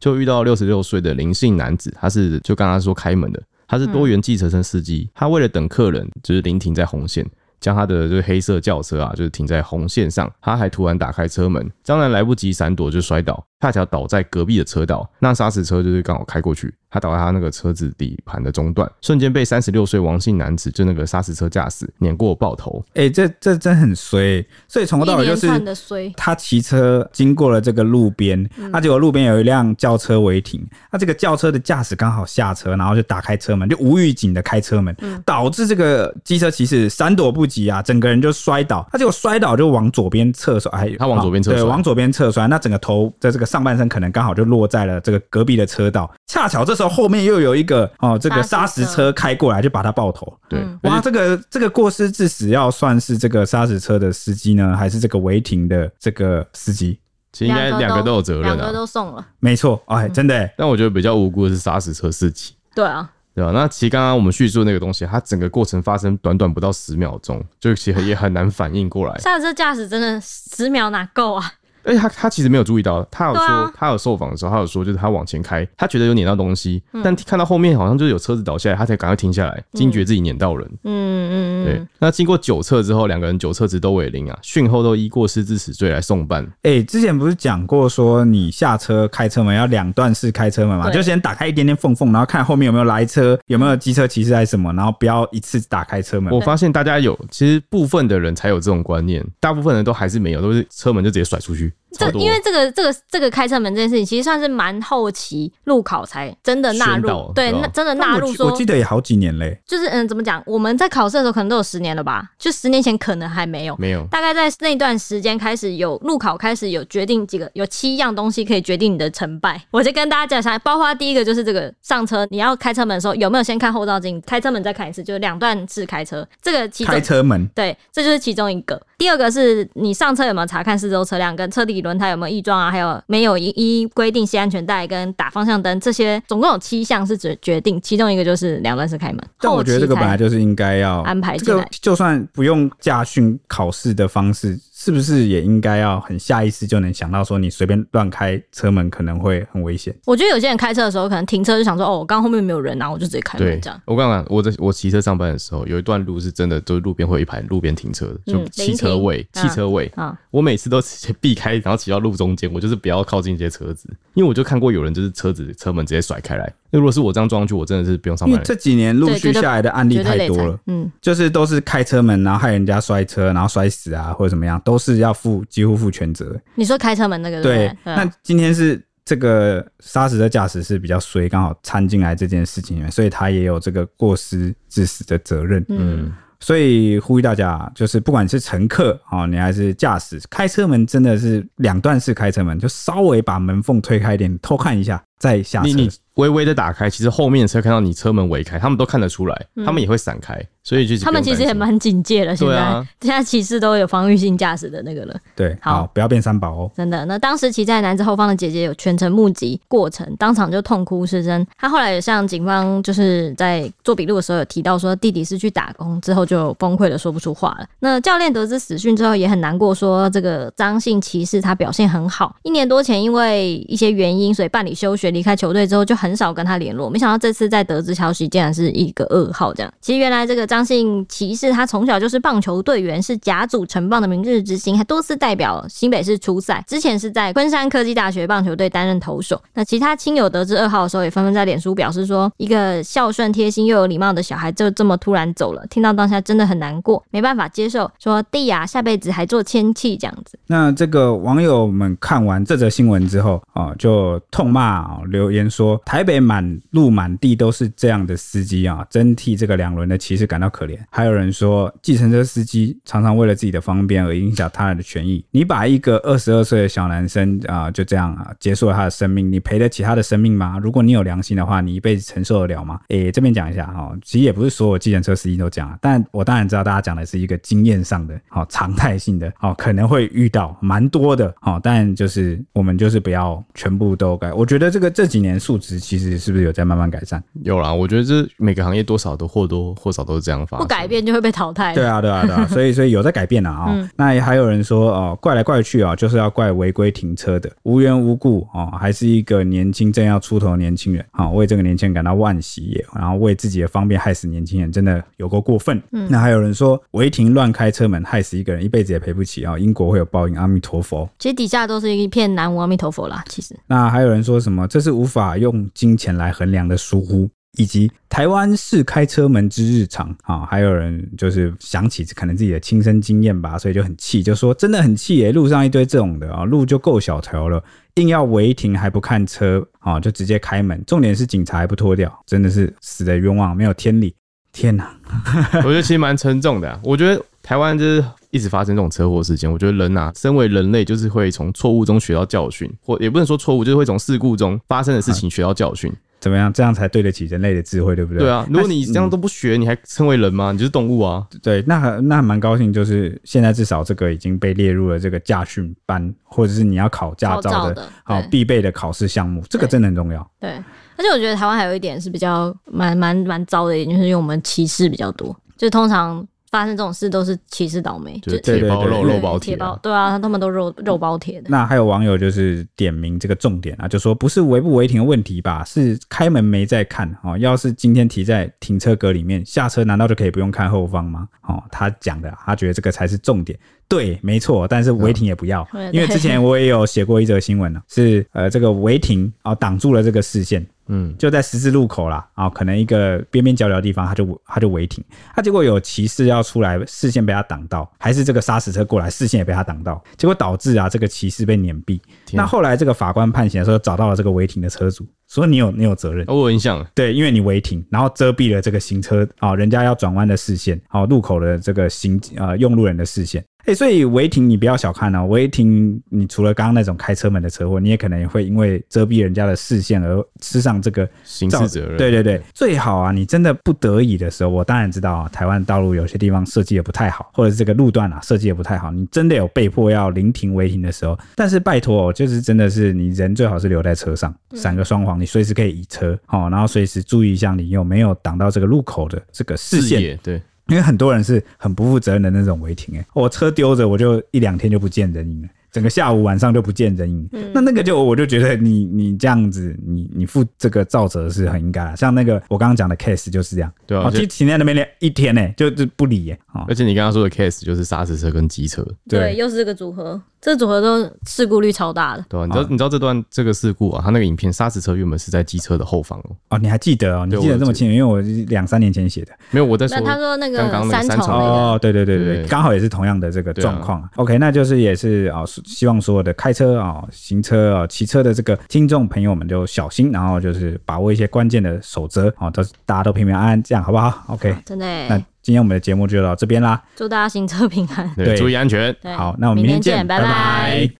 S3: 就遇到六十六岁的林姓男子，他是就刚刚说开门的，他是多元计程车司机，他为了等客人，就是临停在红线。将他的就是黑色轿车啊，就是停在红线上，他还突然打开车门，张楠来不及闪躲就摔倒，恰巧倒在隔壁的车道，那砂石车就是刚好开过去，他倒在他那个车子底盘的中段，瞬间被三十六岁王姓男子就那个砂石车驾驶碾过爆头，
S1: 哎、这这真很衰、所以从头
S2: 一
S1: 到尾就
S2: 连
S1: 是
S2: 串的衰，
S1: 他骑车经过了这个路边，那、结果路边有一辆轿车违停，那、这个轿车的驾驶刚好下车，然后就打开车门，就无预警的开车门，导致这个机车骑士闪躲不及啊，整个人就摔倒，啊他结果摔倒就往左边侧摔，哎，
S3: 他往左边侧
S1: 对，
S3: 摔
S1: 往左边侧摔，那整个头的这个上半身可能刚好就落在了这个隔壁的车道，恰巧这时候后面又有一个哦，这个
S2: 砂
S1: 砂
S2: 石
S1: 石
S2: 车
S1: 车开过来就把他爆头，
S3: 对，
S2: 嗯
S3: 而且
S1: 哇，这个这个过失致死要算是这个砂石车的司机呢，还是这个违停的这个司机？
S3: 其实应该两个都有责任
S2: 两个
S3: 啊。
S2: 都送了。
S1: 没错，哎，
S2: 嗯
S1: 真的、欸，
S3: 但我觉得比较无辜的是砂石车司机，
S2: 对啊，
S3: 对吧、那其实刚刚我们叙述的那个东西，它整个过程发生短短不到十秒钟，就其实也很难反应过来。
S2: 下车驾驶真的十秒哪够啊？
S3: 而且他他其实没有注意到，他有
S2: 对
S3: 说、
S2: 啊
S3: 他有受访的时候，他有说就是他往前开，他觉得有碾到东西，
S2: 嗯
S3: 但看到后面好像就是有车子倒下来，他才赶快停下来，惊觉自己碾到人。
S2: 嗯
S3: 对
S2: 嗯，
S3: 那经过酒测之后，两个人酒测值都为零啊，讯后都依过失致死罪来送办。
S1: 哎、之前不是讲过说你下车开车门要两段式开车门嘛，
S2: 对
S1: 就先打开一点点缝缝，然后看后面有没有来车，有没有机车骑士还是什么，然后不要一次打开车门哦
S3: 我。发现大家有，其实部分的人才有这种观念，大部分人都还是没有，都是车门就直接甩出去，超
S2: 这
S3: 多
S2: 因为这个这个这个开车门这件事情，其实算是蛮后期路考才真的纳
S3: 宣导
S2: 入，对，
S3: 对吧
S2: 那真的
S1: 但
S2: 纳入
S1: 我记
S2: 说
S1: 我记得也好几年嘞、
S2: 就是嗯，怎么讲？我们在考试的时候可能都有十年了吧，就十年前可能还没有。
S3: 没有。
S2: 大概在那段时间开始有路考，开始有决定几个，有七样东西可以决定你的成败。我就跟大家讲一下，包括第一个就是这个上车，你要开车门的时候有没有先看后照镜，开车门再看一次，就是两段式开车。这个其中
S1: 开车门
S2: 对，这就是其中一个。第二个是你上车有没有查看四周车辆，跟车底轮胎有没有异状啊，还有没有依依规定系安全带跟打方向灯，这些总共有七项是决决定，其中一个就是两段式开门。
S1: 但
S2: 后
S1: 我觉得
S2: 期
S1: 这个
S2: 才
S1: 本来就是应该要
S2: 安排
S1: 这
S2: 进
S1: 个
S2: 来
S1: 就算不用驾训考试的方式，是不是也应该要很下意识就能想到说你随便乱开车门可能会很危险？
S2: 我觉得有些人开车的时候，可能停车就想说，哦，我刚后面没有人啊，我就直接开
S3: 对
S2: 门这样。，
S3: 我刚刚我在我骑车上班的时候，有一段路是真的，就是路边会有一排路边停车的，就
S2: 嗯
S3: 汽车位，
S2: 临停
S3: 汽车位。
S2: 啊，
S3: 我每次都直接避开，然后骑到路中间，我就是不要靠近这些车子，因为我就看过有人就是车子车门直接甩开来。那如果是我这样撞上去，我真的是不用上
S1: 因为
S3: 班了。
S1: 这几年陆
S2: 对
S1: 续
S2: 绝对
S1: 下来的案例
S2: 绝对
S1: 太
S2: 累
S1: 多
S2: 惨
S1: 了。
S2: 嗯，
S1: 就是都是开车门，然后害人家摔车，然后摔死啊，或者怎么样，都是要负几乎负全责。
S2: 你说开车门那个
S1: 对
S2: 对，嗯不对？
S1: 那今天是这个杀死的驾驶是比较衰，刚好掺进来这件事情里面，所以他也有这个过失致死的责任。
S2: 嗯，
S1: 所以呼吁大家，就是不管是乘客啊、哦，你还是驾驶，开车门真的是两段式开车门，就稍微把门缝推开一点，偷看一下再下车。
S3: 你你微微的打开，其实后面的车看到你车门围开，他们都看得出来，他们也会闪开，所以就
S2: 嗯
S3: 是
S2: 他们
S3: 不用
S2: 其实也
S3: 担心
S2: 蛮警戒了，现
S3: 对
S2: 在、
S3: 啊
S2: 现在骑士都有防御性驾驶的那个了。
S1: 对，
S2: 好
S1: 好，不要变三宝哦。
S2: 真的，那当时骑在男子后方的姐姐有全程目击过程，当场就痛哭失声。她后来也向警方就是在做笔录的时候有提到说，弟弟是去打工之后就崩溃的说不出话了。那教练得知死讯之后也很难过，说这个张姓骑士他表现很好，一年多前因为一些原因，所以办理休学离开球队之后就很少跟他联络。没想到这次在得知消息，竟然是一个噩耗这样。其实原来这个张姓骑士他从小就是棒球队员，是甲组城棒的明日之星，还多次代表新北市出赛。之前是在昆山科技大学棒球队担任投手。那其他亲友得知噩耗的时候，也纷纷在脸书表示说，一个孝顺、贴心又有礼貌的小孩就这么突然走了，听到当下真的很难过，没办法接受，说弟呀、下辈子还做亲戚这样子。
S1: 那这个网友们看完这则新闻之后啊、哦就痛骂、哦、留言说，台北满路满地都是这样的司机啊，真替这个两轮的骑士感到可怜。还有人说，计程车司机常常为了自己的方便而影响他人的权益。你把一个二十二岁的小男生啊、就这样啊结束了他的生命，你赔得起他的生命吗？如果你有良心的话，你一辈子承受得了吗？诶，这边讲一下哈、哦，其实也不是所有计程车司机都讲啊，但我当然知道大家讲的是一个经验上的，好、常态性的，好、可能会遇到蛮多的，好、但就是我们就是不要全部都改。我觉得这个这几年数值其实是不是有在慢慢改善？
S3: 有啦。我觉得这每个行业多少都或多或少都是这样发
S2: 不
S3: 生。
S2: 改变就会被淘汰。
S1: 对啊，对啊，对啊，所以所以有在改变啊、哦。那也还有人说哦，怪来怪去啊、哦，就是要怪违规停车的，无缘无故哦，还是一个年轻正要出头的年轻人啊、哦，为这个年轻人感到惋惜也，然后为自己的方便害死年轻人，真的有够过分。那还有人说违停乱开车门，害死一个人，一辈子也赔不起啊、哦，因果会有报应，阿弥陀佛。
S2: 其实底下都是一片南无阿弥陀佛啦。其实，
S1: 那还有人说什么这是无法用金钱来衡量的疏忽，以及台湾式开车门之日常啊、还有人就是想起可能自己的亲身经验吧，所以就很气，就说真的很气耶、路上一堆这种的啊、路就够小条了，硬要违停还不看车啊、就直接开门，重点是警察还不脱掉，真的是死的冤枉，没有天理。天哪，
S3: 我觉得其实蛮沉重的啊、我觉得台湾就是一直发生这种车祸事件。我觉得人啊，身为人类，就是会从错误中学到教训，或也不能说错误，就是会从事故中发生的事情学到教训。
S1: 怎么样？这样才对得起人类的智慧，对不对？
S3: 对啊，如果你这样都不学，你还称为人吗？你就是动物啊。
S1: 对，那那还蛮高兴，就是现在至少这个已经被列入了这个驾训班，或者是你要考驾
S2: 考
S1: 照
S2: 照
S1: 的
S2: 的
S1: 好
S2: 对
S1: 必备的考试项目，这个
S2: 对
S1: 真的很重要。
S2: 对，而且我觉得台湾还有一点是比较蛮蛮蛮糟的一点，就是因为我们歧视比较多，就是通常。发生这种事都是骑士倒霉，
S3: 就是
S1: 对
S3: 铁
S1: 对
S3: 包
S1: 对
S3: 肉
S1: 对
S3: 肉包
S2: 铁
S3: 铁
S2: 包
S3: 啊，
S2: 对啊，他们都肉肉包铁的。
S1: 那还有网友就是点名这个重点啊，就说不是违不违停的问题吧，是开门没在看哦。要是今天提在停车格里面，下车难道就可以不用看后方吗？哦，他讲的啊，他觉得这个才是重点。对，没错，但是违停也不要，
S2: 嗯
S1: 因为之前我也有写过一则新闻呢、是呃这个违停啊挡住了这个视线，
S3: 嗯，
S1: 就在十字路口啦，啊、可能一个边边角角的地方，他就他就违停，他、啊结果有骑士要出来，视线被他挡到，还是这个砂石车过来，视线也被他挡到，结果导致啊这个骑士被碾毙。
S3: 天啊
S1: 那后来这个法官判刑的时候，找到了这个违停的车主，说你有你有责任。
S3: 哦我有印象，
S1: 对，因为你违停，然后遮蔽了这个行车啊、人家要转弯的视线，好、路口的这个行呃用路人的视线。哎、所以违停你不要小看哦，违停你除了刚刚那种开车门的车祸，你也可能也会因为遮蔽人家的视线而吃上这个
S3: 刑
S1: 造
S3: 事责任，
S1: 对对对，最好啊，你真的不得已的时候，我当然知道啊，台湾道路有些地方设计也不太好，或者是这个路段啊设计也不太好，你真的有被迫要临停违停的时候，但是拜托、哦，就是真的是你人最好是留在车上，闪个双黄，你随时可以移车哦，然后随时注意一下你有没有挡到这个路口的这个视
S3: 视
S1: 线，
S3: 野，对，
S1: 因为很多人是很不负责任的那种违停、欸，哎，我车丢着，我就一两天就不见人影了。整个下午晚上就不见人影，那那个就我就觉得你你这样子，你你负这个造责是很应该的。像那个我刚刚讲的 case 就是这样，
S3: 对啊哎
S1: 哦
S3: 而且
S1: 就停在那边连一天呢、欸，就就不理耶、欸，哦，
S3: 而且你刚刚说的 case 就是砂石车跟机车，
S2: 对，又是这个组合，这组合都事故率超大的。
S3: 对吧、你知
S1: 啊
S3: 道、你知道这段这个事故啊，它那个影片砂石车原本是在机车的后方哦，
S1: 哦，你还记得哦，你
S3: 对
S1: 记得
S3: 我
S1: 这么清楚，因为我是两三年前写的。
S3: 没有我在说
S2: 那，他说那个
S3: 刚刚那个
S2: 三
S3: 三重
S2: 重那个，
S1: 哦，对对对对，
S3: 对
S1: 刚好也是同样的这个状况、啊。OK，那就是也是啊、哦，希望所有的开车啊、哦、行车啊、哦、骑车的这个听众朋友们就小心，然后就是把握一些关键的守则啊，哦都、是大家都平平安安，这样好不好？OK，、
S2: 真的
S1: 那
S2: 耶，
S1: 今天我们的节目就到这边啦。
S2: 祝大家行车平安。
S3: 对，
S1: 对
S3: 注意安全。
S2: 对
S1: 好，那我们
S2: 明
S1: 明天
S2: 见，
S1: 拜
S2: 拜。